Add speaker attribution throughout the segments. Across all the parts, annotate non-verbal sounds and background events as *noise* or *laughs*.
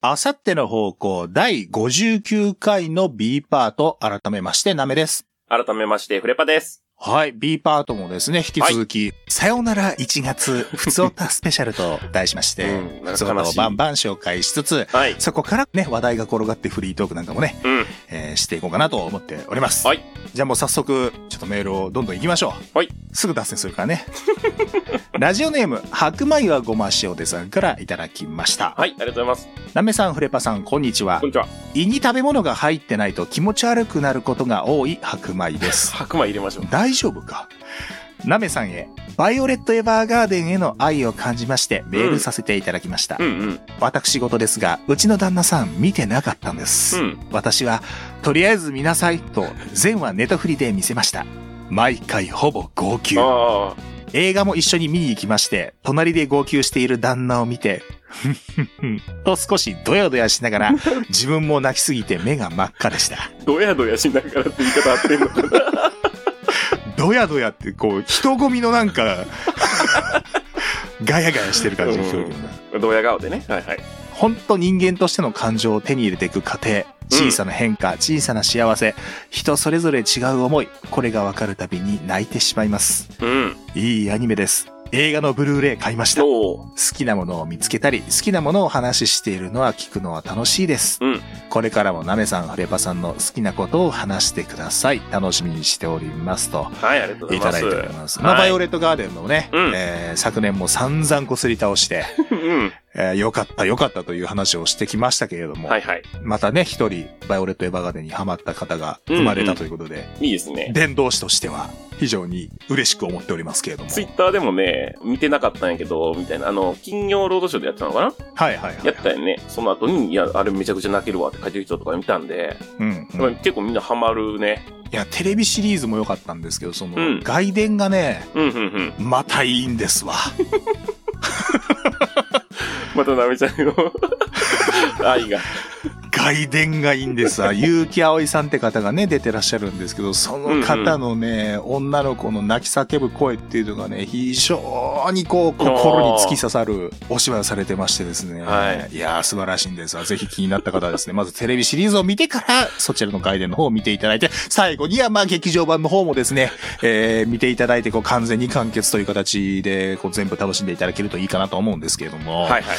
Speaker 1: あさっての方向第59回の B パート、改めましてナメです。
Speaker 2: 改めまして、フレパです。
Speaker 1: はい、B パートもですね、引き続き、さよなら1月、ふつおたスペシャルと題しまして、
Speaker 2: うんなんか悲
Speaker 1: ふ
Speaker 2: しい
Speaker 1: つおたをバンバン紹介しつつ、
Speaker 2: はい。
Speaker 1: そこからね、話題が転がってフリートークなんかもね、
Speaker 2: うん。
Speaker 1: えーしていこうかなと思っております。
Speaker 2: はい。
Speaker 1: じゃあもう早速、ちょっとメールをどんどん行きましょう。
Speaker 2: はい。
Speaker 1: すぐ脱線するからね。 *laughs* ラジオネーム、白米はごま塩でさんからいただきました。
Speaker 2: はい、ありがとうございます。
Speaker 1: なめさん、フレパさん、こんにちは
Speaker 2: こん。にちは。
Speaker 1: 胃に食べ物が入ってないと気持ち悪くなることが多い白米です。
Speaker 2: *laughs* 白米入れましょう。
Speaker 1: 大丈夫かなめさんへ、バイオレット・エヴァーガーデンへの愛を感じまして、メールさせていただきました。
Speaker 2: うんうん。
Speaker 1: 私事ですが、うちの旦那さん見てなかったんです。
Speaker 2: うん。
Speaker 1: 私は、とりあえず見なさいと、前はネタフリで見せました。毎回ほぼ号泣。
Speaker 2: あ
Speaker 1: 映画も一緒に見に行きまして、隣で号泣している旦那を見て、ふんふんふんと少しドヤドヤしながら、自分も泣きすぎて目が真っ赤でした。
Speaker 2: あ、どやどやしながらって言い方合ってんのかな。
Speaker 1: ドヤドヤってこう人混みのなんか *laughs* ガヤガヤしてる感じが聞こえるけどな
Speaker 2: *laughs* どや顔でね。はいはい。
Speaker 1: 本当人間としての感情を手に入れていく過程小さな変化、小さな幸せ人それぞれ違う思いこれが分かるたびに泣いてしまいます
Speaker 2: うん。
Speaker 1: いいアニメです映画のブルーレイ買いました好
Speaker 2: おー
Speaker 1: きなものを見つけたり好きなものをお話ししているのは聞くのは楽しいです、
Speaker 2: うん
Speaker 1: これからもなめさんフレパさんの好きなことを話してください楽しみにしておりますと
Speaker 2: はい、ありがとうござ
Speaker 1: い
Speaker 2: いま
Speaker 1: ただ
Speaker 2: す。
Speaker 1: いております。まあ、
Speaker 2: はい
Speaker 1: バイオレットガーデンもね、
Speaker 2: うん
Speaker 1: えー昨年も散々こすり倒して、
Speaker 2: うん。
Speaker 1: えーよかったよかったという話をしてきましたけれども、
Speaker 2: はいはい。
Speaker 1: またね、一人、バイオレットエヴァーガーデンにハマった方が生まれたということで、
Speaker 2: いいですね。
Speaker 1: 伝道師としては非常に嬉しく思っておりますけれども。
Speaker 2: ツイッターでもね、見てなかったんやけど、みたいな、あの、金曜ロードショーでやってたのかな
Speaker 1: はいはいはい。
Speaker 2: やったよね。その後に、いや、あれめちゃくちゃ泣けるわって書いてる人とか見たんで、
Speaker 1: うん、うん
Speaker 2: まあ結構みんなハマるね。
Speaker 1: いや、テレビシリーズも良かったんですけど、その、
Speaker 2: うん
Speaker 1: 外伝がね、
Speaker 2: うんうんうん。
Speaker 1: またいいんですわ。
Speaker 2: またなめちゃん *laughs* の愛が。
Speaker 1: 外伝がいいん
Speaker 2: *laughs*
Speaker 1: ですわ。結城葵さんって方がね、出てらっしゃるんですけど、その方のね、女の子の泣き叫ぶ声っていうのがね、非常にこう、心に突き刺さるお芝居をされてましてですね。。
Speaker 2: はい
Speaker 1: やー、素晴らしいんですわ。ぜひ気になった方はですね、まずテレビシリーズを見てから、そちらの外伝の方を見ていただいて、最後には、まあ、劇場版の方もですね、えー見ていただいて、こう、完全に完結という形で、こう、全部楽しんでいただけるといいかなと思うんですけれども。
Speaker 2: はいはいはい。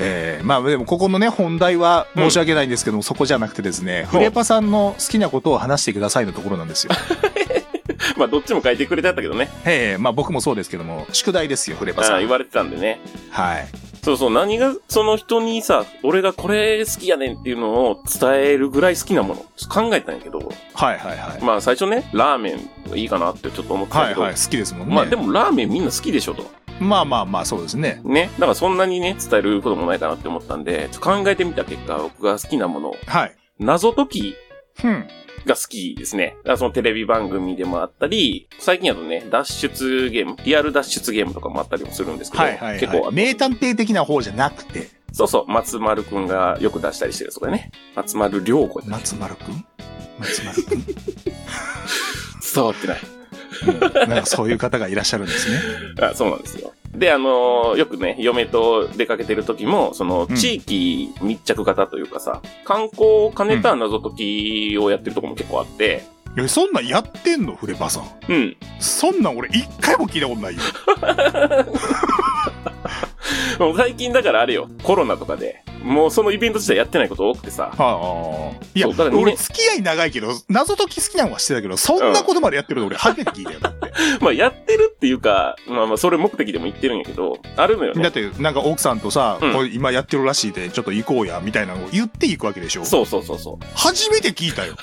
Speaker 1: えーまあでもここのね本題は申し訳ないんですけども、そこじゃなくてですねフレパさんの好きなことを話してくださいのところなん
Speaker 2: *laughs*
Speaker 1: ですよ。
Speaker 2: まあ、どっちも書いてくれてあったけどね。
Speaker 1: ええまあ僕もそうですけども宿題ですよフレパ
Speaker 2: あ
Speaker 1: さ
Speaker 2: あ
Speaker 1: ん。
Speaker 2: 言われてたんでね。
Speaker 1: はい。
Speaker 2: そうそう、何が、その人にさ、俺がこれ好きやねんっていうのを伝えるぐらい好きなもの。ちょっと考えたんやけど、
Speaker 1: はいはいはい。
Speaker 2: まあ、最初ね、ラーメンがいいかなってちょっと思ってた
Speaker 1: は
Speaker 2: け
Speaker 1: い
Speaker 2: ど、
Speaker 1: はい好きですもんね。
Speaker 2: まあ、でもラーメンみんな好きでしょと。
Speaker 1: まあまあまあそうですね。
Speaker 2: ね。だからそんなにね、伝えることもないかなって思ったんで、ちょっと考えてみた結果、僕が好きなもの、
Speaker 1: はい。
Speaker 2: 謎解き
Speaker 1: うん。
Speaker 2: が好きですね。だからそのテレビ番組でもあったり、最近だとね、脱出ゲーム、リアル脱出ゲームとかもあったりもするんですけど、
Speaker 1: はいはい、はい。
Speaker 2: 結構、
Speaker 1: 名探偵的な方じゃなくて
Speaker 2: そうそう、松丸くんがよく出したりしてるやつとかね。松丸良子だっ
Speaker 1: 松丸くん松丸
Speaker 2: *laughs*
Speaker 1: くん、
Speaker 2: け伝わってない。
Speaker 1: うんなんかそういう方がいらっしゃるんですね。
Speaker 2: あそうなんですよ。で、あのーよくね、嫁と出かけてる時も、その
Speaker 1: うん、
Speaker 2: 地域密着型というかさ、観光を兼ねた謎解きをやってるとこも結構あって、
Speaker 1: えそんなんやってんのフレパさん。
Speaker 2: うん。
Speaker 1: そんなん俺一回も聞いたことないよ。
Speaker 2: もう最近だからあれよ、コロナとかで、もうそのイベント自体やってないこと多くてさ、
Speaker 1: はあ。いや、
Speaker 2: そうだからね
Speaker 1: 俺付き合い長いけど、謎解き好きなのはしてたけど、そんなことまでやってるの俺初めて聞いたよ。だって
Speaker 2: まあやってるっていうか、まあまあそれ目的でも言ってるんやけど、あるのよ
Speaker 1: だ
Speaker 2: ね
Speaker 1: っ。て、なんか奥さんとさ、
Speaker 2: うん
Speaker 1: これ今やってるらしいで、ちょっと行こうや、みたいなのを言っていくわけでしょ。
Speaker 2: そうそうそうそう。
Speaker 1: 初めて聞いたよ。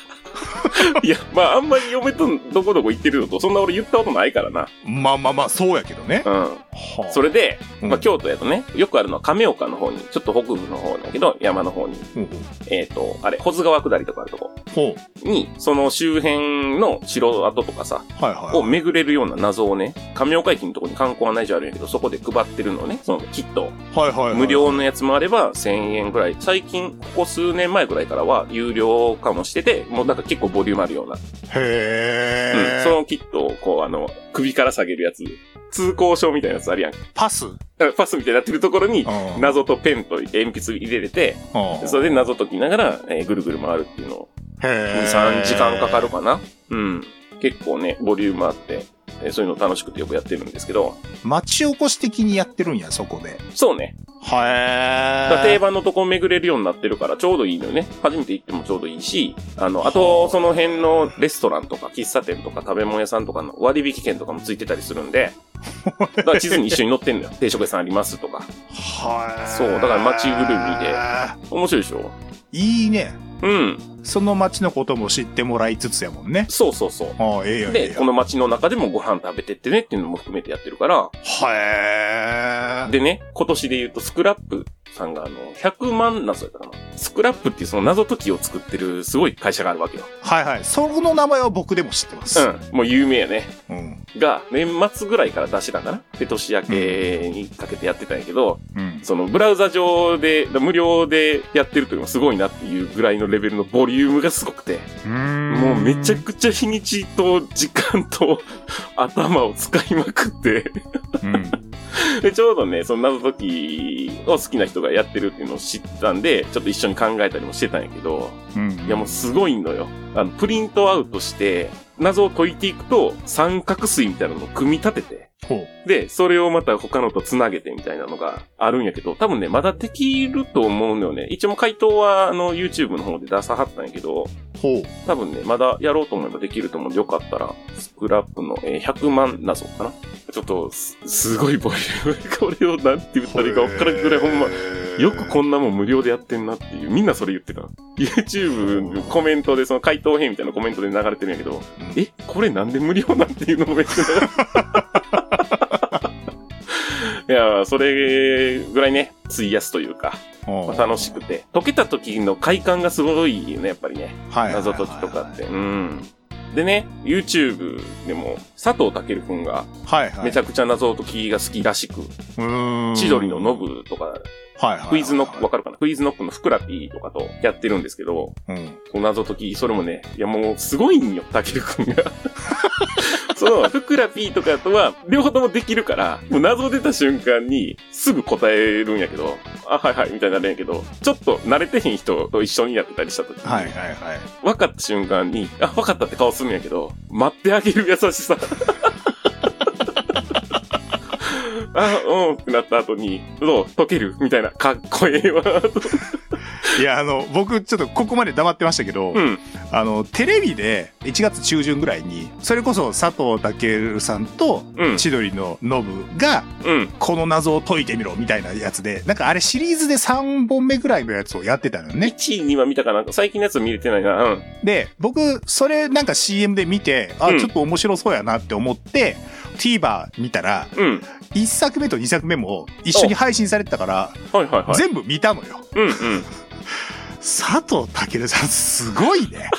Speaker 2: いや、まああんまり嫁とどこどこ行ってるのと、そんな俺言ったことないからな。
Speaker 1: まあまあまあ、そうやけどね。
Speaker 2: うん。
Speaker 1: はあ
Speaker 2: それで、
Speaker 1: うん
Speaker 2: まあ京都やとね、よくあるのは亀岡の方に、ちょっと北部の方だけど、山の方に、
Speaker 1: ほうほう
Speaker 2: えっ、と、あれ、保津川下りとかあるとこ
Speaker 1: ほ
Speaker 2: に、その周辺の城跡とかさ、
Speaker 1: う。はいはい。
Speaker 2: を巡れるような謎をね、亀岡駅のとこに観光案内所あるんやけど、そこで配ってるのをね、そのキットを
Speaker 1: はいはいはい。
Speaker 2: 無。料のやつもあれば1000円ぐらい。最近、ここ数年前ぐらいからは有料化もしてて、もうなんか結構ボリュームあるような。
Speaker 1: へ
Speaker 2: うん、
Speaker 1: え。
Speaker 2: そのキットをこう、あの、首から下げるやつ。通行証みたいなやつあるやん。
Speaker 1: パス。
Speaker 2: だからパスみたいになってるところに、
Speaker 1: うん
Speaker 2: 謎とペンと鉛筆入れてて、
Speaker 1: うん
Speaker 2: それで謎解きながら、えーぐるぐる回るっていうのを、
Speaker 1: へ
Speaker 2: 2、
Speaker 1: ー
Speaker 2: 3時間かかるかな。うん。結構ね、ボリュームあって、えーそういうの楽しくてよくやってるんですけど、
Speaker 1: 町おこし的にやってるんや、そこで。
Speaker 2: そうね。だから
Speaker 1: は
Speaker 2: 定
Speaker 1: え。
Speaker 2: 番のとこ巡れるようになってるからちょうどいいのよね。初めて行ってもちょうどいいし、あの、あと、その辺のレストランとか喫茶店とか食べ物屋さんとかの割引券とかもついてたりするん *laughs* で、だから地図に一緒に載ってんのよ。定食屋さんありますとか。
Speaker 1: はい。
Speaker 2: そうだから町ぐる面白いでしょ
Speaker 1: みで。いいね。
Speaker 2: うん。
Speaker 1: その町のことも知ってもらいつつやもんね。
Speaker 2: そうそうそう。
Speaker 1: ああ、ええやん。ええ
Speaker 2: で、
Speaker 1: やん
Speaker 2: この街の中でもご飯食べてってねっていうのも含めてやってるから、
Speaker 1: はえ。
Speaker 2: でね、今年で言うとスクラップさんがあの、100万なんそうやったかな。スクラップっていうその謎解きを作ってるすごい会社があるわけよ。
Speaker 1: はいはい。その名前は僕でも知ってます。
Speaker 2: うん。もう有名やね。
Speaker 1: うん。
Speaker 2: が、年末ぐらいから出してたんかなで、年明けにかけてやってたんやけど、
Speaker 1: うん。
Speaker 2: そのブラウザ上で、無料でやってるというのはすごいなっていうぐらいのレベルのボリュームがすごくて、
Speaker 1: うん。
Speaker 2: もうめちゃくちゃ日にちと時間と頭を使いまくって、
Speaker 1: うん。
Speaker 2: *laughs* で、ちょうどね、その謎解きを好きな人がやってるっていうのを知ったんで、ちょっと一緒に考えたりもしてたんやけど、
Speaker 1: うん。
Speaker 2: いやもうすごいのよ。あの、プリントアウトして、謎を解いていくと、三角錐みたいなのを組み立てて、
Speaker 1: ほう。
Speaker 2: で、それをまた他のと繋げてみたいなのがあるんやけど、多分ね、まだできると思うのよね。一応もう回答は、あの、YouTube の方で出さはったんやけど、
Speaker 1: ほう。
Speaker 2: 多分ね、まだやろうと思えばできると思うんで、よかったら、スクラップの、えー100万謎かなちょっとす、すごいボリューム。これをなんて言ったらいいか分からんくらい、ほんま。よくこんなもん無料でやってんなっていう、みんなそれ言ってた。YouTube のコメントで、その回答編みたいなコメントで流れてるんやけど、
Speaker 1: うん
Speaker 2: え、これなんで無料なんていうのもめっちゃいやー、それぐらいね、費やすというか、
Speaker 1: うん
Speaker 2: まあ楽しくて。解けた時の快感がすごいよね、やっぱりね。
Speaker 1: はい
Speaker 2: 謎解きとかって。うん。でね、YouTube でも、佐藤健くんが、
Speaker 1: はいはい。
Speaker 2: めち
Speaker 1: ゃ
Speaker 2: ゃくちゃ謎解きが好きらしく、
Speaker 1: うん。
Speaker 2: 千鳥のノブとか、
Speaker 1: はいはい。
Speaker 2: クイズノック、わかるかなクイズノックのふくらぴーとかとやってるんですけど、
Speaker 1: うん。
Speaker 2: こう謎解き、それもね、いやもうすごいんよ、たけるくん
Speaker 1: *laughs*
Speaker 2: が。その、ふくら P とかとは、両方ともできるから、もう謎出た瞬間に、すぐ答えるんやけど、あ、はいはい、みたいになるんやけど、ちょっと慣れてへん人と一緒にやってたりした時に、
Speaker 1: はいはいはい。
Speaker 2: 分かった瞬間に、あ、分かったって顔するんやけど、待ってあげる優しさ。 *laughs* あ、うん、ってなった後に、どう解けるみたいな、かっこええわ。
Speaker 1: いや、あの、僕、ちょっとここまで黙ってましたけど、
Speaker 2: うん。
Speaker 1: あの、テレビで1月中旬ぐらいに、それこそ佐藤健さんと
Speaker 2: うん。
Speaker 1: 千鳥のノブが、
Speaker 2: うん。
Speaker 1: この謎を解いてみろみたいなやつで、なんかあれシリーズで3本目ぐらいのやつをやってたのよね。
Speaker 2: 1位、2は見たかな最近のやつ見れてないな。うん。
Speaker 1: で、僕、それなんか CM で見て、あ、
Speaker 2: うん
Speaker 1: ちょっと面白そうやなって思って、TVer 見たら、
Speaker 2: うん。
Speaker 1: 1作目と2作目も一緒に配信されてたから、
Speaker 2: はいはいはい。
Speaker 1: 全部見たのよ。
Speaker 2: うんうん。
Speaker 1: 佐藤健さんすごいね。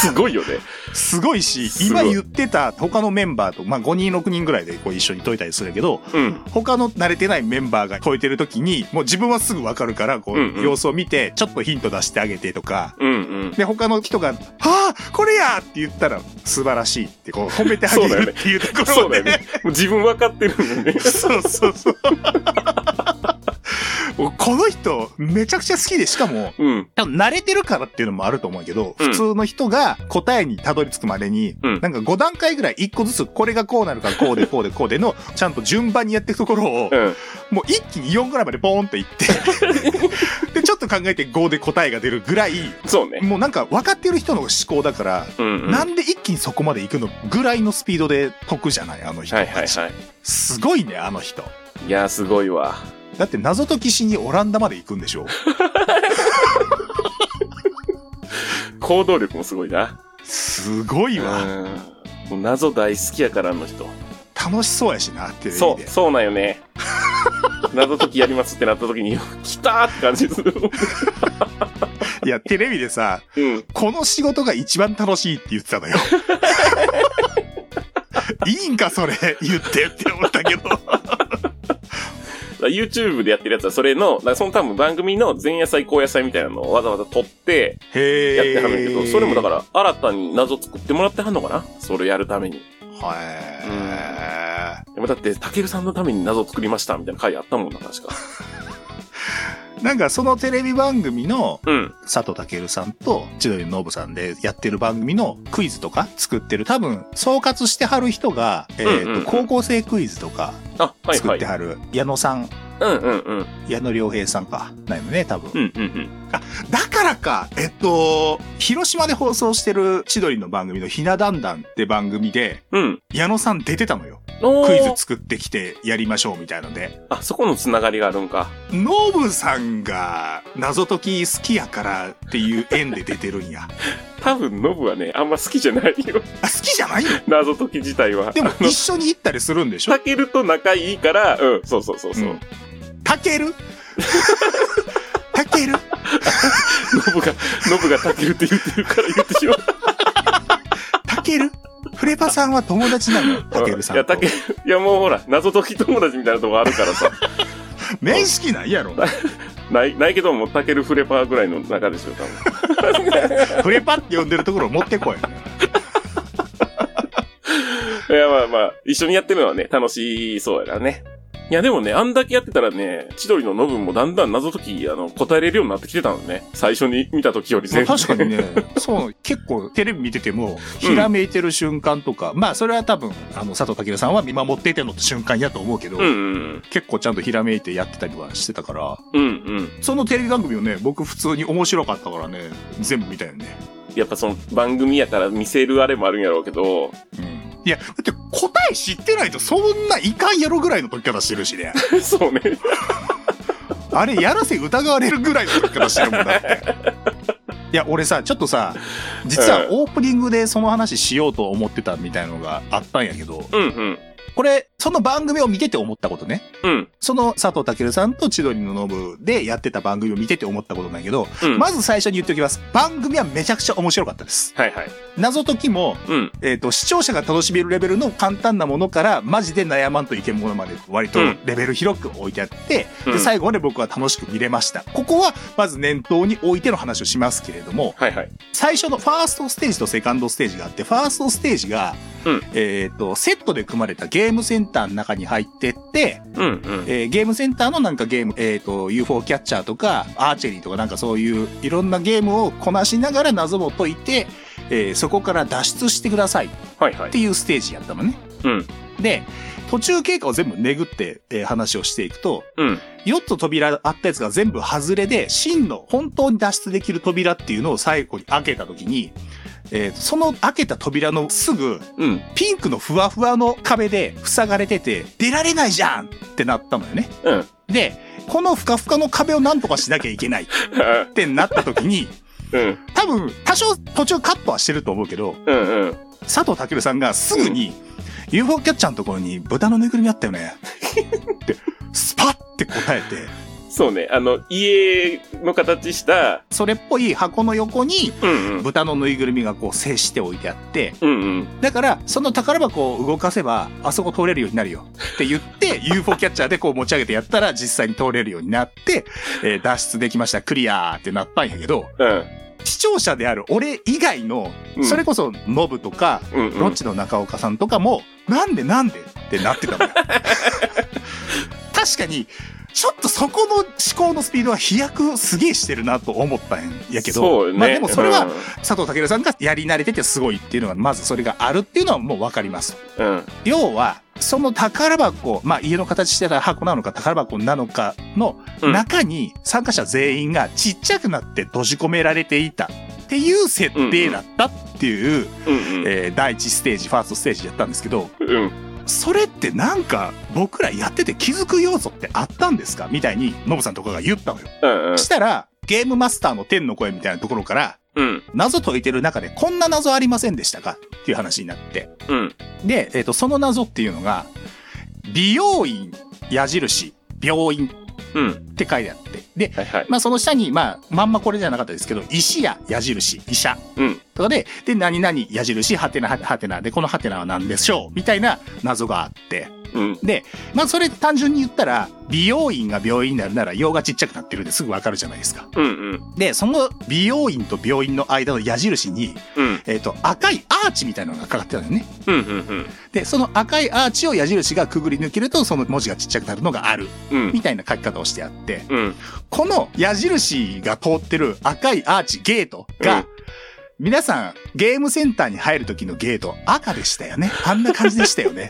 Speaker 2: すごいよね。
Speaker 1: すごいし、
Speaker 2: すご
Speaker 1: 今
Speaker 2: い
Speaker 1: 言ってた他のメンバーと、まあ5人6人ぐらいでこう一緒に解いたりするけど、
Speaker 2: うん。
Speaker 1: 他の慣れてないメンバーが解いてる時にもう自分はすぐ分かるからこう、
Speaker 2: うんうん
Speaker 1: 様子を見てちょっとヒント出してあげてとか
Speaker 2: うんうん。
Speaker 1: で他の人が「はあこれや!」って言ったら素晴らしいってこう褒めてあげ
Speaker 2: そうだよ
Speaker 1: る
Speaker 2: ね
Speaker 1: っていうとこ
Speaker 2: そ
Speaker 1: ろ
Speaker 2: うだ
Speaker 1: で
Speaker 2: よね。もう自分分かってるんでね。
Speaker 1: そうそうそうもうこの人めちゃくちゃ好きでしかも
Speaker 2: うん。
Speaker 1: 多分慣れてるからっていうのもあると思うけど、
Speaker 2: うん
Speaker 1: 普通の人が答えにたどり着くまでに、
Speaker 2: うん
Speaker 1: なんか5段階ぐらい1個ずつこれがこうなるからこうでこうでこうでのちゃんと順番にやっていくところを
Speaker 2: うん。
Speaker 1: もう一気に4ぐらいまでボーンといってでちょっと考えて5で答えが出るぐらい
Speaker 2: そうね。
Speaker 1: もうなんか分かってる人の思考だから、
Speaker 2: うん、うん。
Speaker 1: な
Speaker 2: はい
Speaker 1: んで一気にそこまで行くのぐらいのスピードで解くじゃないあの人
Speaker 2: は
Speaker 1: た
Speaker 2: い
Speaker 1: ち、
Speaker 2: はい。
Speaker 1: すごいねあの人
Speaker 2: いやー、すごいわ。
Speaker 1: だって謎解きしにオランダまで行くんでしょ
Speaker 2: 行動力もすごいな。
Speaker 1: すごいわ、
Speaker 2: うん。もう謎大好きやから、あの人。
Speaker 1: 楽しそうやしなっていう意味
Speaker 2: そう、
Speaker 1: で
Speaker 2: そうなん
Speaker 1: *laughs*
Speaker 2: よね。謎解きやりますってなった時に、来たーって感じする。
Speaker 1: いやテレビでさ
Speaker 2: うん。
Speaker 1: この仕事が一番楽しいって言ってた
Speaker 2: *laughs*
Speaker 1: のよいいんかそれ言ってって思ったけど
Speaker 2: YouTube でやってるやつは、それの、だからその多分番組の前夜祭、後夜祭みたいなのをわざわざ撮って、
Speaker 1: へえ
Speaker 2: やってはるんやけど、それもだから、新たに謎作ってもらってはんのかなそれをやるために。
Speaker 1: は
Speaker 2: でもだって、たけるさんのために謎を作りましたみたいな回あったもんな、確か。
Speaker 1: い。なんかそのテレビ番組の
Speaker 2: うん。
Speaker 1: 佐藤健さんと千鳥のノブさんでやってる番組のクイズとか作ってる多分総括してはる人が、えーと
Speaker 2: うんうん
Speaker 1: 高校生クイズとか
Speaker 2: あ、はい
Speaker 1: 作
Speaker 2: は
Speaker 1: っ
Speaker 2: い
Speaker 1: て。はる、矢野さん
Speaker 2: うんうんうん。
Speaker 1: 矢野良平さんかないのね多分、
Speaker 2: うんうんうん。
Speaker 1: だからかえっと広島で放送してる千鳥の番組の「ひなだんだん」って番組で
Speaker 2: うん。
Speaker 1: 矢野さん出てたのよ
Speaker 2: おー
Speaker 1: クイズ作ってきてやりましょうみたいので
Speaker 2: あ、そこのつながりがあるんか。
Speaker 1: ノブさんが謎解き好きやからっていう縁で出てるん
Speaker 2: *laughs*
Speaker 1: や
Speaker 2: 多分、ノブはね、あんま好きじゃないよ。 *laughs*
Speaker 1: あ好きじゃないの
Speaker 2: 謎解き自体は。
Speaker 1: でも
Speaker 2: あの
Speaker 1: 一緒に行ったりするんでしょ
Speaker 2: たけると仲いいから、うん、そうそうそうそう。
Speaker 1: うんたける *laughs* たける
Speaker 2: ノブが、ノブがたけるって言ってるから言っ
Speaker 1: *laughs*
Speaker 2: てしまう。
Speaker 1: たけるフレパさんは友達なのたけるさん
Speaker 2: い
Speaker 1: と。
Speaker 2: や、たける、いやもうほら、謎解き友達みたいなとこあるからさ。 *laughs*
Speaker 1: 面識ないやろ。
Speaker 2: ない、ないけども、たけるフレパーぐらいの中でしょ、多分。
Speaker 1: フレパって呼んでるところを持ってこい。
Speaker 2: いや、まあまあ、一緒にやってるのはね、楽しそうやからね。いや、でもね、あんだけやってたらね、千鳥のノブもだんだん謎解き、あの、答えれるようになってきてたのね。最初に見た時より全然。
Speaker 1: 確かにね、そう、結構テレビ見てても、ひらめいてる瞬間とか、まあそれは多分、あの、佐藤健さんは見守っていての瞬間やと思うけど、
Speaker 2: *laughs* うんうん。
Speaker 1: 結構ちゃんとひらめいてやってたりはしてたから、
Speaker 2: うんうん。
Speaker 1: そのテレビ番組をね、僕普通に面白かったからね、全部見たよね。
Speaker 2: やっぱその番組やから見せるあれもあるんやろう
Speaker 1: *laughs*
Speaker 2: けど、
Speaker 1: うん。いや、だって答え知ってないとそんないかんやろぐらいの解き方してるし
Speaker 2: *laughs*
Speaker 1: ね。
Speaker 2: そうね。
Speaker 1: あれ、やらせ疑われるぐらいの時からしてるもんだ
Speaker 2: *laughs*
Speaker 1: って。いや、俺さ、ちょっとさ、実はオープニングでその話しようと思ってたみたいのがあったんやけど、
Speaker 2: うんうん。
Speaker 1: これ、その番組を見てて思ったことね。
Speaker 2: うん。
Speaker 1: その佐藤健さんと千鳥のノブでやってた番組を見てて思ったことなんやけど、
Speaker 2: うん。
Speaker 1: まず最初に言っておきます。番組はめちゃくちゃ面白かったです。
Speaker 2: はいはい。
Speaker 1: 謎解きも、
Speaker 2: うん。
Speaker 1: えっ、と、視聴者が楽しめるレベルの簡単なものから、マジで悩まんといけんものまで割と
Speaker 2: うん
Speaker 1: レベル広く置いてあって、
Speaker 2: うん
Speaker 1: で、最後まで僕は楽しく見れました。ここは、まず念頭に置いての話をしますけれども、
Speaker 2: はいはい。
Speaker 1: 最初のファーストステージとセカンドステージがあって、ファーストステージが、
Speaker 2: うん
Speaker 1: えっ、と、セットで組まれたゲームセンターの中に入ってって、
Speaker 2: うんうん。
Speaker 1: えーゲームセンターのなんかゲーム、えっ、と、UFO キャッチャーとか、アーチェリーとかなんかそういういろんなゲームをこなしながら謎も解いて、えーそこから脱出してくださいっ
Speaker 2: はいはい
Speaker 1: て。いうステージやったのね。
Speaker 2: うん。
Speaker 1: で、途中経過を全部巡って、えー話をしていくと、
Speaker 2: うん。
Speaker 1: 4つ扉あったやつが全部外れで、真の本当に脱出できる扉っていうのを最後に開けた時に、えーその開けた扉のすぐ
Speaker 2: うん。 *laughs*
Speaker 1: ピンクのふわふわの壁で塞がれてて、出られないじゃんってなったのよね。
Speaker 2: うん。
Speaker 1: で、このふかふかの壁をなんとかしなきゃいけないっ
Speaker 2: あ
Speaker 1: てなった時に、
Speaker 2: うん。
Speaker 1: 多分、多少途中カットはしてると思うけど、
Speaker 2: うんうん。
Speaker 1: 佐藤健さんがすぐに、UFO キャッチャーのところに豚のぬいぐるみあったよね。って、スパッて答えて、
Speaker 2: そうね。あの、家の形した、
Speaker 1: それっぽい箱の横に、
Speaker 2: うんうん。
Speaker 1: 豚のぬいぐるみがこう制して置いてあって、
Speaker 2: うんうん。
Speaker 1: だから、その宝箱を動かせば、あそこ通れるようになるよ。って言っ
Speaker 2: *laughs*
Speaker 1: て、UFO キャッチャーでこう持ち上げてやったら、実際に通れるようになって、えー脱出できました、クリアーってなったんやけど、
Speaker 2: うん。
Speaker 1: 視聴者である俺以外の、
Speaker 2: うん
Speaker 1: それこそノブとか、
Speaker 2: うんうん。
Speaker 1: ロッチの中岡さんとかも、なんでなんでってなってた
Speaker 2: *laughs*
Speaker 1: のよ。確かに、ちょっとそこの思考のスピードは飛躍すげえしてるなと思ったんやけど、
Speaker 2: そうよね。
Speaker 1: まあでもそれは
Speaker 2: う
Speaker 1: 佐藤健さんがやり慣れててすごいっていうのが、まずそれがあるっていうのはもうわかります。
Speaker 2: ん。うん。
Speaker 1: 要は、その宝箱、まあ家の形してた箱なのか宝箱なのかの
Speaker 2: うん
Speaker 1: 中に参加者全員がちっちゃくなって閉じ込められていたっていう設定だったっていう、
Speaker 2: うんうん。
Speaker 1: えー第一ステージ、ファーストステージやったんですけど、
Speaker 2: うん。
Speaker 1: それってなんか僕らやってて気づく要素ってあったんですかみたいにノブさんとかが言ったのよ。
Speaker 2: うんうん。
Speaker 1: したら、ゲームマスターの天の声みたいなところから、
Speaker 2: うん。
Speaker 1: 謎解いてる中でこんな謎ありませんでしたかっていう話になって。
Speaker 2: うん。
Speaker 1: で、えっ、と、その謎っていうのが、美容院、矢印、病院
Speaker 2: うん。
Speaker 1: って書いてあって。で、
Speaker 2: はいはい。
Speaker 1: まあその下に、まあ、まんまこれじゃなかったですけど、石や矢印、医者
Speaker 2: うん。
Speaker 1: とかで、で、何々矢印、はてなはてな、はてな、で、このはてなは何でしょうみたいな謎があって。
Speaker 2: うん。
Speaker 1: で、まあそれ単純に言ったら、美容院が病院になるなら、用がちっちゃくなってるんですぐわかるじゃないですか。
Speaker 2: うんうん。
Speaker 1: で、その美容院と病院の間の矢印に、
Speaker 2: うん。
Speaker 1: えっ、と、赤いアーチみたいなのがかかってたんだよね。
Speaker 2: うんうん
Speaker 1: で、その赤いアーチを矢印がくぐり抜けると、その文字がちっちゃくなるのがある。
Speaker 2: うん。うん
Speaker 1: みたいな書き方をしてあって、
Speaker 2: うん。
Speaker 1: この矢印が通ってる赤いアーチ、ゲートが、
Speaker 2: うん
Speaker 1: 皆さん、ゲームセンターに入る時のゲート、赤でしたよね。あんな感じでしたよ
Speaker 2: *laughs*
Speaker 1: ね。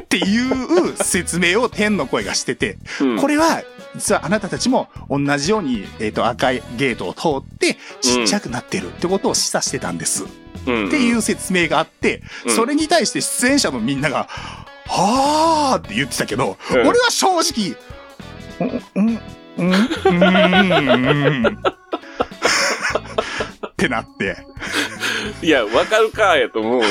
Speaker 1: っていう説明を天の声がしてて、
Speaker 2: うん。
Speaker 1: これは、実はあなたたちも同じように、えっ、と、赤いゲートを通って、ちっちゃくなってるってことを示唆してたんです。
Speaker 2: うん、
Speaker 1: っていうう説明があって、
Speaker 2: ん、
Speaker 1: それに対して出演者のみんなが、はーって言ってたけど、
Speaker 2: うん
Speaker 1: 俺は正直、うん、うん、うん、うん、うん。ってなって。
Speaker 2: いや、わかるか、やと思う *laughs* よ。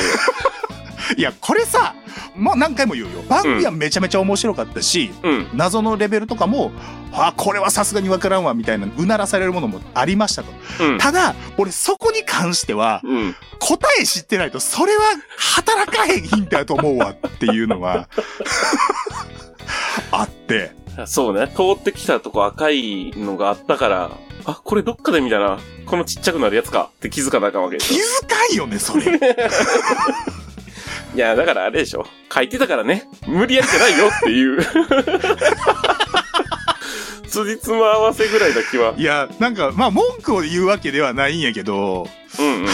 Speaker 1: いや、これさ、もう何回も言うよ。番組はめちゃめちゃ面白かったし、
Speaker 2: うん。
Speaker 1: 謎のレベルとかも、あ、これはさすがにわからんわ、みたいな、うならされるものもありましたと。
Speaker 2: うん。
Speaker 1: ただ、俺そこに関しては、
Speaker 2: うん。
Speaker 1: 答え知ってないと、それは働かへんヒントやと思うわっていうの
Speaker 2: *laughs*
Speaker 1: は、あって、
Speaker 2: そうね。通ってきたとこ赤いのがあったから、あ、これどっかで見たな。このちっちゃくなるやつか。って気づかなあかんわけで
Speaker 1: 気
Speaker 2: しょ。
Speaker 1: 遣いよね、それ。
Speaker 2: いや、だからあれでしょ。書いてたからね。無理やりじゃないよって *laughs* いう。辻褄合わせぐらいだ気は。
Speaker 1: いや、なんか、まあ、文句を言うわけではないんやけど、
Speaker 2: うんうんうん。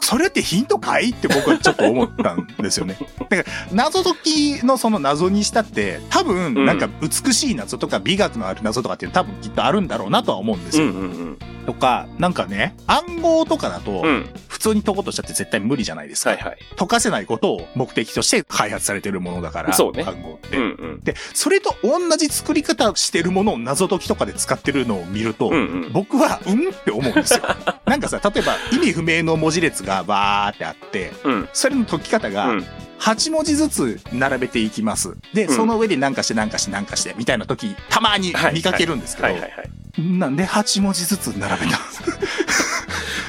Speaker 1: それってヒントかいって僕はちょっと思ったんです
Speaker 2: *laughs*
Speaker 1: よね。だから謎解きのその謎にしたって多
Speaker 2: うん
Speaker 1: 分なんか美しい謎とか美学のある謎とかっていうの多分きっとあるんだろうなとは思うんです
Speaker 2: う
Speaker 1: よ。
Speaker 2: んうん
Speaker 1: とかなんかね暗号とかだと
Speaker 2: うん。うん。
Speaker 1: 普通に解こうとしたって絶対無理じゃないですか。
Speaker 2: はいはい。
Speaker 1: 解かせないことを目的として開発されてるものだから
Speaker 2: そうね
Speaker 1: 暗号って。
Speaker 2: うんうん。
Speaker 1: でそれと同じ作り方してるものを謎解きとかで使ってるのを見ると、
Speaker 2: うんうん。
Speaker 1: 僕はうんって思うんですよ。
Speaker 2: *laughs*
Speaker 1: なんかさ、例えば意味不明の文字列がバーってあって、
Speaker 2: うん。
Speaker 1: それの解き方
Speaker 2: う
Speaker 1: が
Speaker 2: ん。
Speaker 1: 8文字ずつ並べていきます。で、
Speaker 2: うん
Speaker 1: その上で何かして何かして何かしてみたいな時、たまに見かけるんですけど
Speaker 2: はいはい、はい。
Speaker 1: なんで8文字ずつ並べ
Speaker 2: *laughs*
Speaker 1: た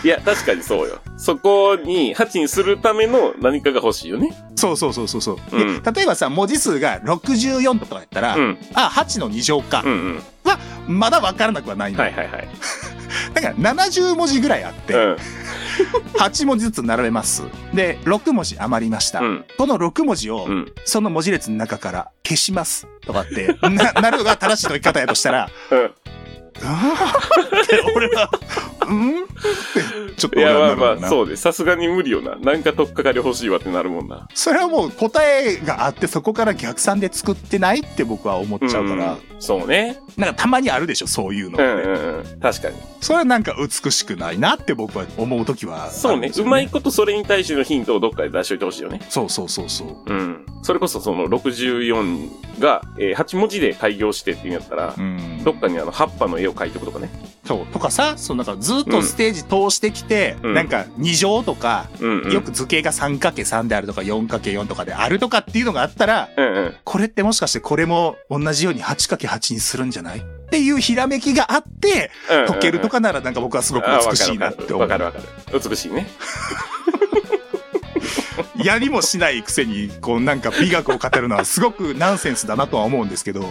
Speaker 2: いや、確かにそうよ。そこに8にするための何かが欲しいよね。
Speaker 1: そうそうそうそうそう。
Speaker 2: うん
Speaker 1: で、例えばさ、文字数が64とかだったら、
Speaker 2: うん。
Speaker 1: あ、8の2乗か
Speaker 2: う。んうん。
Speaker 1: まだわからなくはないんだ。
Speaker 2: はいはいはい。
Speaker 1: だから70文字ぐらいあって、
Speaker 2: うん。
Speaker 1: 8文字ずつ並べます。で、6文字余りました。
Speaker 2: うん。
Speaker 1: この6文字を、
Speaker 2: うん。
Speaker 1: その文字列の中から消しますとかって、 *laughs* な、なるのが正しい解き方やとした
Speaker 2: *laughs*
Speaker 1: ら、
Speaker 2: うん。
Speaker 1: あーって俺は、うんって、ちょっ
Speaker 2: い
Speaker 1: と俺
Speaker 2: や、ま
Speaker 1: はな
Speaker 2: あ
Speaker 1: るもん
Speaker 2: ま
Speaker 1: な。そ
Speaker 2: あ、そうで。さすがに無理よな。なんか取っかかり欲しいわってなるもんな。
Speaker 1: れはもう答えがあって、そこから逆算で作ってないって僕は思っちゃうから、
Speaker 2: ん。そうね。
Speaker 1: なんかたまにあるでしょ、そういうのっ
Speaker 2: う
Speaker 1: て、
Speaker 2: んうんうん。確かに。
Speaker 1: それはなんか美しくないなって僕は思うときは、
Speaker 2: そうね。うまい。ことそれに対してのヒントをどっかで出しといてほしいよね。
Speaker 1: そうそうそうそう。
Speaker 2: うん。それこそその64が、えー8文字で開業してっていうんやったら
Speaker 1: う、ん、
Speaker 2: どっかにあの、葉っぱの絵を描いておくとかね。
Speaker 1: そうとかさそうなんかずっとステージ通してきて、
Speaker 2: うん
Speaker 1: なんか2乗とか、
Speaker 2: うん、うん。
Speaker 1: よく図形が 3×3 であるとか 4×4 とかであるとかっていうのがあったら
Speaker 2: うんうん。
Speaker 1: これってもしかしてこれも同じように 8×8 にするんじゃないっていうひらめきがあって
Speaker 2: うんうん
Speaker 1: 解けるとかならなんか僕はすごく
Speaker 2: あー
Speaker 1: 美しいなって思
Speaker 2: わ
Speaker 1: う
Speaker 2: か。るわかる。わかるわかる美しいね。
Speaker 1: やりもしないくせにこうなんか美学を語るのはすごくナンセンスだなとは思うんですけど。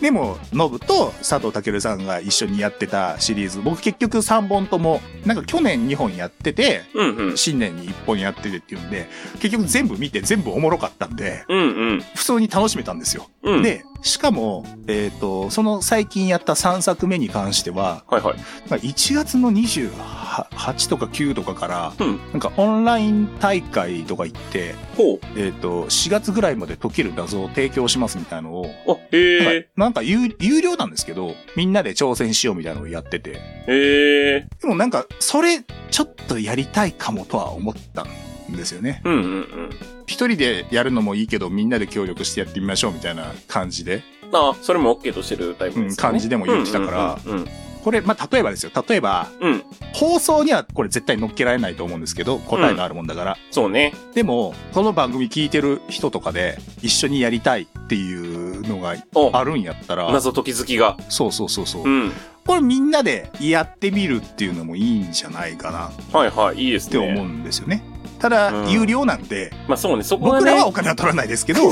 Speaker 1: でも、ノブと佐藤健さんが一緒にやってたシリーズ、僕結局3本とも、なんか去年2本やってて、
Speaker 2: うんうん。
Speaker 1: 新年に1本やっててっていうんで、結局全部見て全部おもろかったんで、
Speaker 2: うんうん。
Speaker 1: 普通に楽しめたんですよ。
Speaker 2: うん。、
Speaker 1: で、しかも、えっ、と、その最近やった3作目に関しては、
Speaker 2: はいはい。
Speaker 1: まあ1月の28とか9とかから、
Speaker 2: うん
Speaker 1: なんかオンライン大会とか行って、
Speaker 2: ほ
Speaker 1: えっ、と、4月ぐらいまで解ける謎を提供しますみたいのを、
Speaker 2: う。あ、へ
Speaker 1: なん
Speaker 2: え
Speaker 1: か。なんか有有料なんですけど、みんなで挑戦しようみたいなのをやってて、
Speaker 2: へえ。
Speaker 1: でもなんか、それ、ちょっとやりたいかもとは思ったんですよね。
Speaker 2: うんうんうん。
Speaker 1: 一人でやるのもいいけど、みんなで協力してやってみましょうみたいな感じで。
Speaker 2: あ、それも OK としてるタイプですよね、
Speaker 1: うん感じでも言ってたから
Speaker 2: うんうん
Speaker 1: これ、まあ、例えばですよ。例えば、
Speaker 2: うん、うん。うん
Speaker 1: 放送にはこれ絶対乗っけられないと思うんですけど、答えがあるもんだから。
Speaker 2: そうね。
Speaker 1: でも、この番組聞いてる人とかで、一緒にやりたいっていうのが
Speaker 2: お
Speaker 1: あるんやったら、
Speaker 2: 謎解き好きが。
Speaker 1: そうそうそうそうう。
Speaker 2: ん。
Speaker 1: これみんなでやってみるっていうのもいいんじゃないかなっ
Speaker 2: はいはい、いいです
Speaker 1: て
Speaker 2: ね。
Speaker 1: 思うんですよね。ただ、
Speaker 2: うん
Speaker 1: 有料なんで、
Speaker 2: まあそうね、そこは
Speaker 1: 僕
Speaker 2: ね
Speaker 1: ら、はお金は取らないですけ *laughs* ど、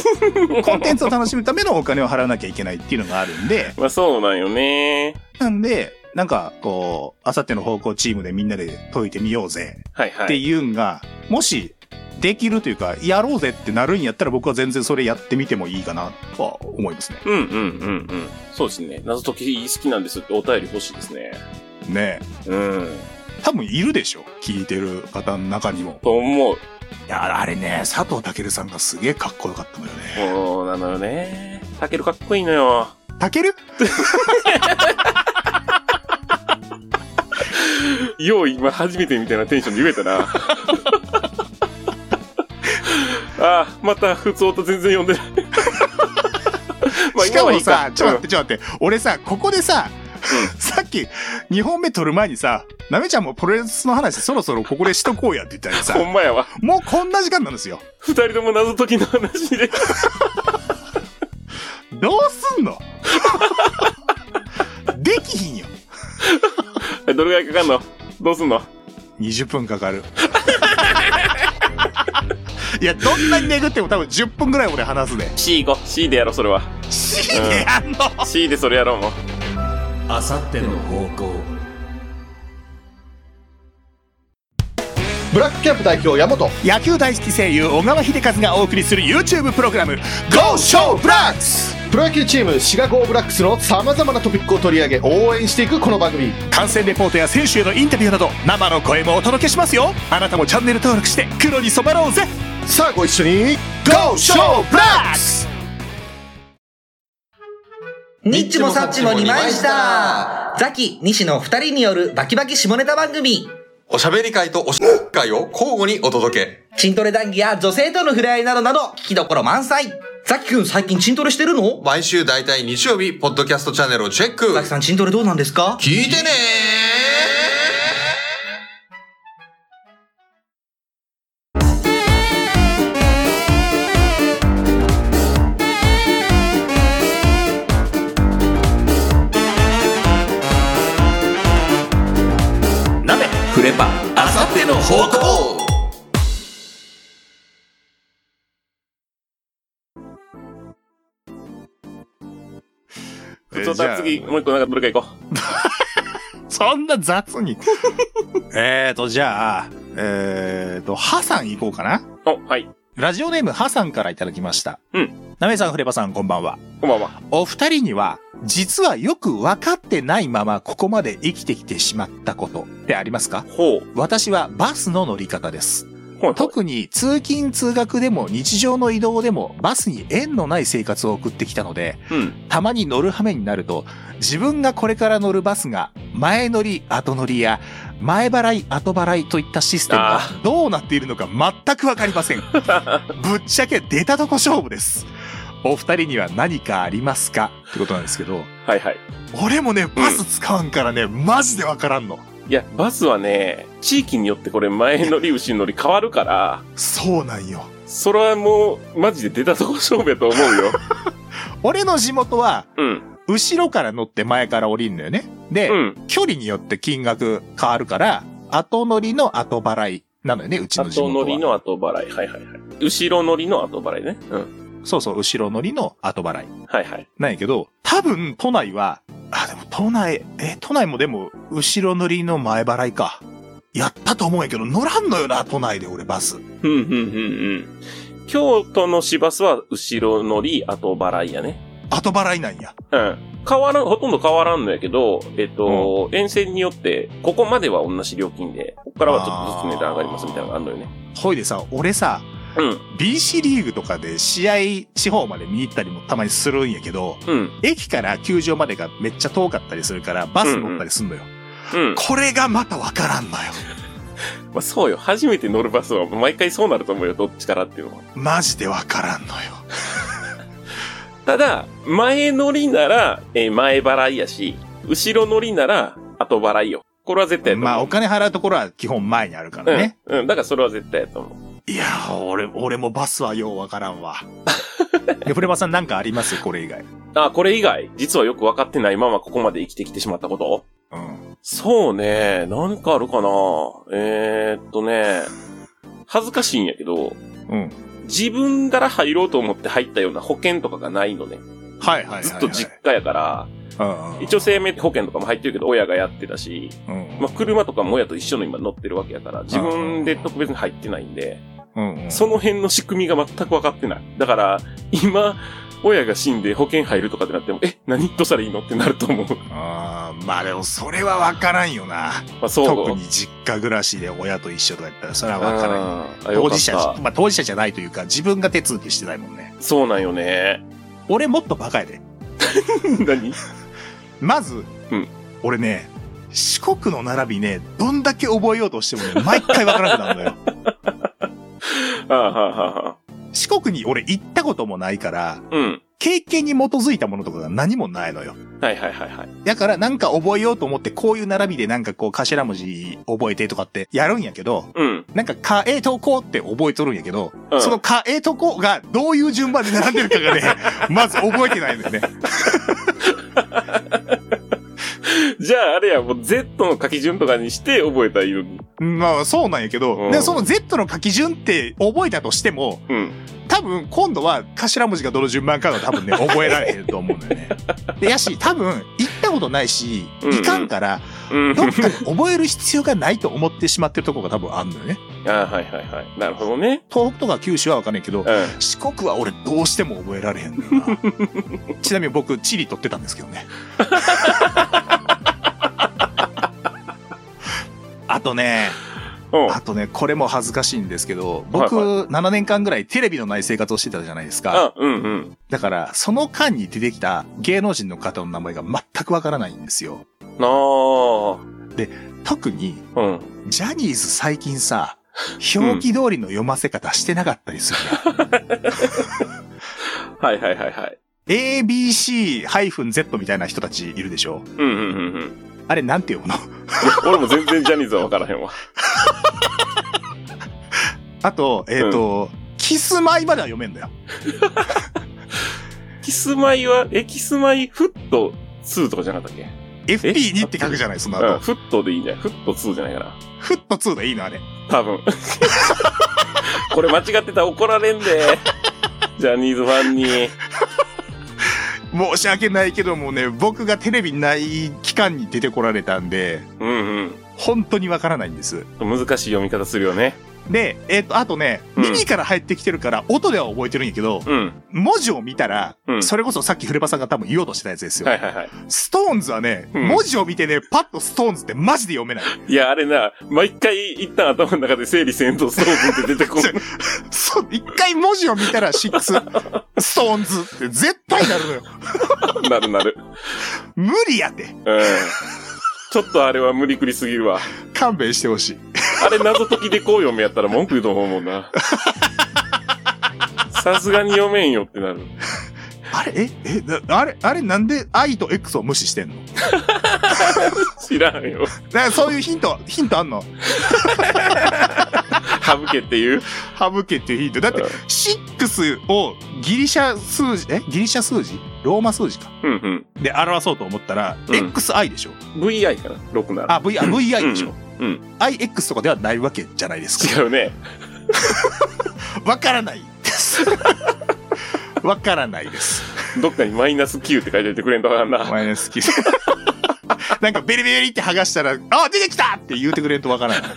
Speaker 1: コンテンツを楽しむためのお金を払わなきゃいけないっていうのがあるんで、
Speaker 2: まあそうなんよね。
Speaker 1: なんで、なんか、こう、あさっての方向チームでみんなで解いてみようぜ
Speaker 2: はいは
Speaker 1: って
Speaker 2: い。
Speaker 1: いうんが、もし、できるというか、やろうぜってなるんやったら僕は全然それやってみてもいいかなとは思いますね。
Speaker 2: うんうんうんうん。そうですね。謎解き好きなんですってお便り欲しいですね。
Speaker 1: ね
Speaker 2: うん。
Speaker 1: え多分いるでしょ聞いてる方の中にも。
Speaker 2: と思う。
Speaker 1: いや、あれね、佐藤健さんがすげえかっこよかったのよね。
Speaker 2: そうなのよね。タケルかっこいいのよ。
Speaker 1: 健
Speaker 2: よう今初めてみたいなテンションで言えたな。 *laughs* ああ、また普通音全然読んで *laughs* ない。まあ
Speaker 1: しか
Speaker 2: 今はい
Speaker 1: も
Speaker 2: いか
Speaker 1: さ、ちょっと待って、ちょっと待って。俺さ、ここでさ、
Speaker 2: う
Speaker 1: さっき2本目撮る前にさ、なめちゃんもプロレスの話そろそろここでしとこうやって言ったら
Speaker 2: うん
Speaker 1: さ、
Speaker 2: ほんまやわ。
Speaker 1: もうこんな時間なんですよ。
Speaker 2: 二人とも謎解きの話 *laughs* で。
Speaker 1: どうすんの *laughs* できひんよ。
Speaker 2: どれぐらいかかんのどうすんの
Speaker 1: 20分かかる。 *laughs* いや、どんなに巡っても多分10分ぐらい俺話すね。
Speaker 2: ?C 行こう。C でやろう、それは。
Speaker 1: 死ねやんの
Speaker 2: C でそれやろうもう。
Speaker 3: あさっての方向
Speaker 4: ブラックキャップ代表、山本。
Speaker 1: 野球大好き声優小川秀和がお送りする YouTube プログラム GO!
Speaker 4: ショーブラックスプロ野球チーム、シガゴーブラックスの様々なトピックを取り上げ、応援していくこの番組。
Speaker 1: 観戦レポートや選手へのインタビューなど生の声もお届けしますよあなたもチャンネル登録して黒に染まろうぜ
Speaker 4: さあ、ご一緒に、GO! ショーブラックス
Speaker 5: ニッチもサッチも2枚したザキ、西野二人によるバキバキ下ネタ番組
Speaker 6: おしゃべり会とおしゃべり会を交互にお届け。
Speaker 5: チントレ談義や女性との触れ合いなどなど聞きどころ満載ザキくん最近チントレしてるの
Speaker 6: 毎週大体日曜日、ポッドキャストチャンネルをチェック。
Speaker 5: ザキさんチントレどうなんですか
Speaker 6: 聞いてね
Speaker 3: 鍋フレパあさっての方向
Speaker 6: ー
Speaker 2: 普通だ、次、もう一個なんかどれか行こう。
Speaker 1: そんな雑
Speaker 2: *laughs*
Speaker 1: にえーとじゃあえーとハさん行こうかな
Speaker 2: お、はい。
Speaker 1: ラジオネームハさんからいただきました
Speaker 2: うん
Speaker 1: なめさんフレパさんこんばんは
Speaker 2: こんばんは。
Speaker 1: お二人には実はよく分かってないままここまで生きてきてしまったことってありますか
Speaker 2: ほう。
Speaker 1: 私はバスの乗り方です
Speaker 2: ほうほう。
Speaker 1: 特に通勤通学でも日常の移動でもバスに縁のない生活を送ってきたので、
Speaker 2: うん。
Speaker 1: たまに乗る羽目になると、自分がこれから乗るバスが前乗り後乗りや前払い後払いといったシステムが
Speaker 2: あー
Speaker 1: どうなっているのか全くわかりませ
Speaker 2: *laughs*
Speaker 1: ん。ぶっちゃけ出たとこ勝負です。お二人には何かありますかってことなんですけど、
Speaker 2: はいはい。
Speaker 1: 俺もね、バス使わんからね、マジでわからんの。
Speaker 2: いや、バスはね、地域によってこれ前乗り、後ろ乗り変わるから、
Speaker 1: そうなんよ。
Speaker 2: それはもう、マジで出たとこ勝負やと思うよ。
Speaker 1: 俺の地元は、
Speaker 2: *laughs* うん。
Speaker 1: 後ろから乗って前から降りるのよね。で、
Speaker 2: うん。
Speaker 1: 距離によって金額変わるから、後乗りの後払いなのよね、うちの地
Speaker 2: 後
Speaker 1: 元は。
Speaker 2: 乗りの後払い。はいはいはい。後ろ乗りの後払いね。うん。
Speaker 1: そうそう、後ろ乗りの後払い。
Speaker 2: はいはい。
Speaker 1: なんやけど、多分都内は、あ、でも都内、え、都内もでも、後ろ乗りの前払いか。やったと思うんやけど、乗らんのよな、都内で俺バス。
Speaker 2: うんうんうんうん。京都の市バスは後ろ乗り、後払いやね。
Speaker 1: 後払いなんや。
Speaker 2: うん。変わらん、ほとんど変わらんのやけど、えっと、沿線によって、ここまでは同じ料金で、ここからはちょっとずつ値段上がりますみたいなのがあるのよね。
Speaker 1: ほいでさ、俺さ、
Speaker 2: う
Speaker 1: BC リーグとかで試合地方まで見に行ったりもたまにするんやけど、
Speaker 2: ん。うん。
Speaker 1: 駅から球場までがめっちゃ遠かったりするから、バス乗ったりすんのよ。
Speaker 2: うん。
Speaker 1: これがまたわからんのよ。
Speaker 2: まあ、そうよ。初めて乗るバスは毎回そうなると思うよ。どっちからっていうのは。
Speaker 1: マジでわからんのよ。
Speaker 2: ただ、前乗りなら、えー前払いやし、後ろ乗りなら、後払いよ。これは絶対やと思う。
Speaker 1: まあ、お金払うところは基本前にあるからね。
Speaker 2: うん。うん。だからそれは絶対やと思う。
Speaker 1: いやー、俺、俺もバスはようわからんわ。 *laughs* で、フレバさんなんかありますこれ以外。
Speaker 2: あ、これ以外、実はよく分かってないままここまで生きてきてしまったこと
Speaker 1: うん。
Speaker 2: そうね。何かあるかなえー、っとね。恥ずかしいんやけど、
Speaker 1: うん。
Speaker 2: 自分から入ろうと思って入ったような保険とかがないのね。
Speaker 1: はいはいはい、はい。
Speaker 2: ずっと実家やから、
Speaker 1: うんうん
Speaker 2: 一応生命保険とかも入ってるけど、親がやってたし、
Speaker 1: うん
Speaker 2: まあ、車とかも親と一緒の今乗ってるわけやから、自分で特別に入ってないんで、
Speaker 1: うんうん
Speaker 2: その辺の仕組みが全く分かってない。だから、今、親が死んで保険入るとかってなっても、え、何どうしたらいいのってなると思う。 *laughs*
Speaker 1: あーまあでもそれは分からんよな。
Speaker 2: まあ、そう。
Speaker 1: 特に実家暮らしで親と一緒とかやったらそれは分からんよ。
Speaker 2: あーあよ
Speaker 1: 当
Speaker 2: かった
Speaker 1: 事者、まあ当事者じゃないというか自分が手続きしてないもんね。
Speaker 2: そうなんよね。 *laughs*
Speaker 1: 俺もっとバカやで。
Speaker 2: 何 *laughs*
Speaker 1: まず、
Speaker 2: うん
Speaker 1: 俺ね、四国の並びね、どんだけ覚えようとしてもね、 *laughs* 毎回分からなくなるのよ。
Speaker 2: ああ、はあ、はあ、はあ。
Speaker 1: 四国に俺行ったこともないから、
Speaker 2: うん。
Speaker 1: 経験に基づいたものとかが何もないのよ。
Speaker 2: はいはいはいはい。
Speaker 1: だからなんか覚えようと思って、こういう並びでなんかこう頭文字覚えてとかってやるんやけど、
Speaker 2: うん。
Speaker 1: なんか、かえとこうって覚えとるんやけど、
Speaker 2: うん
Speaker 1: そのかえとこうがどういう順番で並んでるかがね、 *laughs* まず覚えてないんだよね。
Speaker 2: じゃあ、あれや、もう Z の書き順とかにして覚えたらいいのに。
Speaker 1: まあそうなんやけど、
Speaker 2: うん
Speaker 1: でその Z の書き順って覚えたとしても、
Speaker 2: うん。
Speaker 1: 多分今度は頭文字がどの順番かが多
Speaker 2: *laughs*
Speaker 1: 分ね、覚えられへんと思うんだよね。で、やし、多分行ったことないし、
Speaker 2: うん
Speaker 1: いかんから、
Speaker 2: うん。
Speaker 1: どっかで覚える必要がないと思ってしまってるところが多分あるのよね。
Speaker 2: *laughs* ああ、はいはいはい。なるほどね。
Speaker 1: 東北とか九州はわかんないけど
Speaker 2: う、ん。
Speaker 1: 四国は俺どうしても覚えられへんのよな。
Speaker 2: *laughs*
Speaker 1: ちなみに僕、地理取ってたんですけどね。あとね、
Speaker 2: うん。
Speaker 1: あとね、これも恥ずかしいんですけど、僕、
Speaker 2: はい
Speaker 1: 7年間ぐらいテレビのない生活をしてたじゃないですか。
Speaker 2: あ、うんうん。
Speaker 1: だから、その間に出てきた芸能人の方の名前が全くわからないんですよ。
Speaker 2: なあ。
Speaker 1: 特に、
Speaker 2: うん。
Speaker 1: ジャニーズ最近さ、表記通りの読ませ方してなかったりするやん
Speaker 2: はいはいはいはい。
Speaker 1: ABC-Z みたいな人たちいるでしょ
Speaker 2: うんうんうんうん。い
Speaker 1: あれなんて読むの
Speaker 2: や俺も全然ジャニーズは分からへんわ。
Speaker 1: あと、えっ、と、キスマイまでは読めんだよ。
Speaker 2: キスマイは、え、キスマイフット2とかじゃなかったっけ
Speaker 1: FP2 って書くじゃない、その
Speaker 2: うん。
Speaker 1: 後。
Speaker 2: フットでいいんじゃないフット2じゃないかな。
Speaker 1: フット2でいいのあれ。
Speaker 2: 多分。 *laughs* これ間違ってたら怒られん *laughs* で。ジャニーズファンに。
Speaker 1: 申し訳ないけどもね、僕がテレビない期間に出てこられたんで、
Speaker 2: うん
Speaker 1: 本当にわからないんです。
Speaker 2: うん。難しい読み方するよね。
Speaker 1: で、えっ、と、あとね、
Speaker 2: うん
Speaker 1: 耳から入ってきてるから、音では覚えてるんやけど、
Speaker 2: うん。
Speaker 1: 文字を見たら、
Speaker 2: うん
Speaker 1: それこそさっきフレバさんが多分言おうとしてたやつですよ。
Speaker 2: はいはいはい。
Speaker 1: ストーンズはね、
Speaker 2: うん
Speaker 1: 文字を見てね、パッとストーンズってマジで読めない。
Speaker 2: いや、あれな、毎回一旦頭の中で整理せんとストーブって出て *laughs* こん。
Speaker 1: *laughs* そう、一回文字を見たら6、ストーンズって絶対なるのよ。
Speaker 2: なるなる。
Speaker 1: 無理やって。
Speaker 2: うん。ちょっとあれは無理くりすぎるわ。
Speaker 1: 勘弁してほしい。
Speaker 2: あれ謎解きでこう読めやったら文句言うと思うも
Speaker 1: *laughs*
Speaker 2: んな。さすがに読めんよってなる。
Speaker 1: あれ、え、え、なあれ、あれなんで愛と X を無視してんの
Speaker 2: 知らんよ。
Speaker 1: なんかそういうヒント、ヒントあんの
Speaker 2: 省けっていう。
Speaker 1: 省けっていうヒント。だって
Speaker 2: うん、
Speaker 1: 6をギリシャ数字、えギリシャ数字ローマ数字か。
Speaker 2: うん
Speaker 1: で表そうと思ったら、
Speaker 2: うん
Speaker 1: XI でしょ
Speaker 2: うん。VI かな ?6 なら。
Speaker 1: あ、V、あ VI でしょ、
Speaker 2: うん
Speaker 1: IX とかではないわけじゃないですか。
Speaker 2: 違うね。
Speaker 1: わからないです。
Speaker 2: *laughs*
Speaker 1: わからないです。
Speaker 2: どっかにマイナス9って書いておいてくれんとわかん
Speaker 1: お
Speaker 2: な。
Speaker 1: 前の好き。なんかベリベリって剥がしたら、あ、出てきたって言うてくれんとわからない。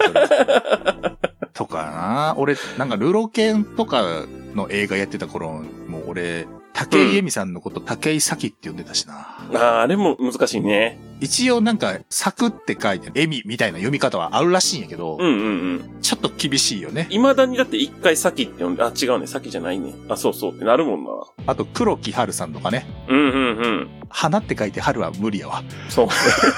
Speaker 1: とかな俺、なんかルロケンとかの映画やってた頃、もう俺、竹井絵美さんのこと、竹井咲って呼んでたしな。
Speaker 2: ああ、あれも難しいね。
Speaker 1: 一応なんか、咲くって書いて、絵美みたいな読み方はあるらしいんやけど、
Speaker 2: うんうんうん。
Speaker 1: ちょっと厳しいよね。
Speaker 2: 未だにだって一回先って呼んで、あ、違うね。先じゃないね。あ、そうそうってなるもんな。
Speaker 1: あと、黒木春さんとかね、
Speaker 2: うんうんうん。
Speaker 1: 花って書いて春は無理やわ。
Speaker 2: そう。
Speaker 1: *laughs*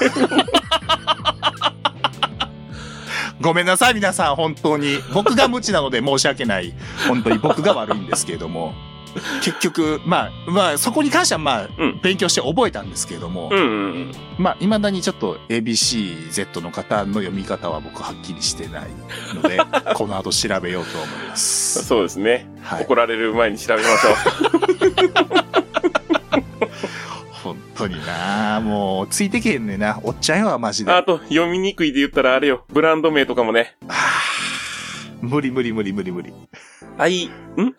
Speaker 1: ごめんなさい、皆さん、本当に。僕が無知なので申し訳ない。本当に僕が悪いんですけれども。結局、まあ、まあ、そこに関しては、まあ、
Speaker 2: うん
Speaker 1: 勉強して覚えたんですけれども、
Speaker 2: うんうんうん。
Speaker 1: まあ、未だにちょっと ABCZ の方の読み方は僕はっきりしてないの
Speaker 2: *laughs*
Speaker 1: で、この後調べようと思います。
Speaker 2: そうですね。
Speaker 1: はい
Speaker 2: 怒。られる前に調べまし
Speaker 1: 本当になもう、ついてけへんねんな。お *laughs* っちゃんよ、マジ
Speaker 2: ょう。あ
Speaker 1: で。
Speaker 2: と、読みにくいで言ったらあれよ。ブランド名とかもね。
Speaker 1: 無理無理無理無理無理。
Speaker 2: I、ん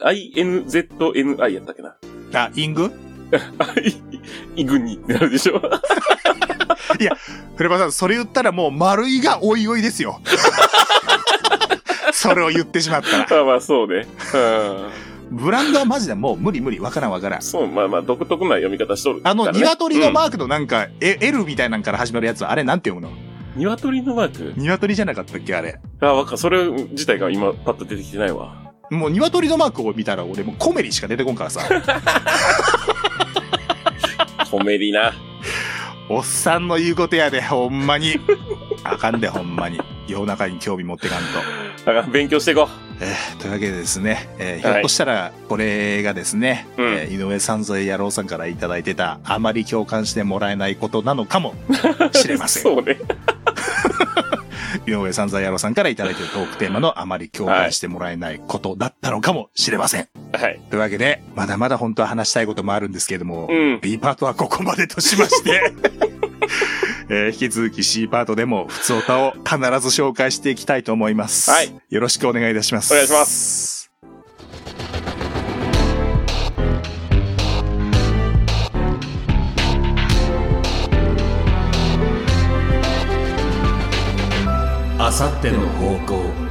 Speaker 2: ?INZNI やったっけな。
Speaker 1: あ、イング
Speaker 2: い、イグニってなるでしょ *laughs*
Speaker 1: フレパさん、それ言ったらもう丸いがおいおいですよ。それを言ってしまったら。
Speaker 2: あまあそうね。う
Speaker 1: ブランドはマジでもう無理無理。わからんわからん
Speaker 2: ん。。そう、まあまあ独特な読み方しとる、
Speaker 1: あの、鶏のマ
Speaker 2: ー
Speaker 1: ークのなんか、え L みたいなんから始まるやつ、あれなんて読むの
Speaker 2: ク、うん鶏のマーク
Speaker 1: 鶏じゃなかったっけあれ。
Speaker 2: あ、わか、それ自体が今パッと出てきてないわ。
Speaker 1: もう鶏のマークを見たら俺もうコメリしか出てこんからさ。
Speaker 2: コメリな。
Speaker 1: おっさんの言うことやで、ほんまに。あかんで、ほんまに。世の中に興味持ってかんと。
Speaker 2: だから勉強していこ
Speaker 1: えーというわけでですね、えーひ
Speaker 2: はい
Speaker 1: ょっとしたらこれがですね、
Speaker 2: うん
Speaker 1: えー井上三蔵野郎さんからいただいてたあまり共感してもらえないことなのかも
Speaker 2: う。
Speaker 1: しれません
Speaker 2: *laughs* そうね。
Speaker 1: 井上三蔵野郎さんからいただいてるトークテーマのあまり共感してもらえないことだったのかもしれません、
Speaker 2: はい。
Speaker 1: というわけでまだまだ本当は話したいこともあるんですけれども、
Speaker 2: うん。
Speaker 1: B パートはここまでとしまして、 *laughs* えー引き続き C パートでも、普通歌を必ず紹介していきたいと思います。
Speaker 2: はい。
Speaker 1: よろしくお願いいたします。。
Speaker 2: お願いします
Speaker 3: あさっての方向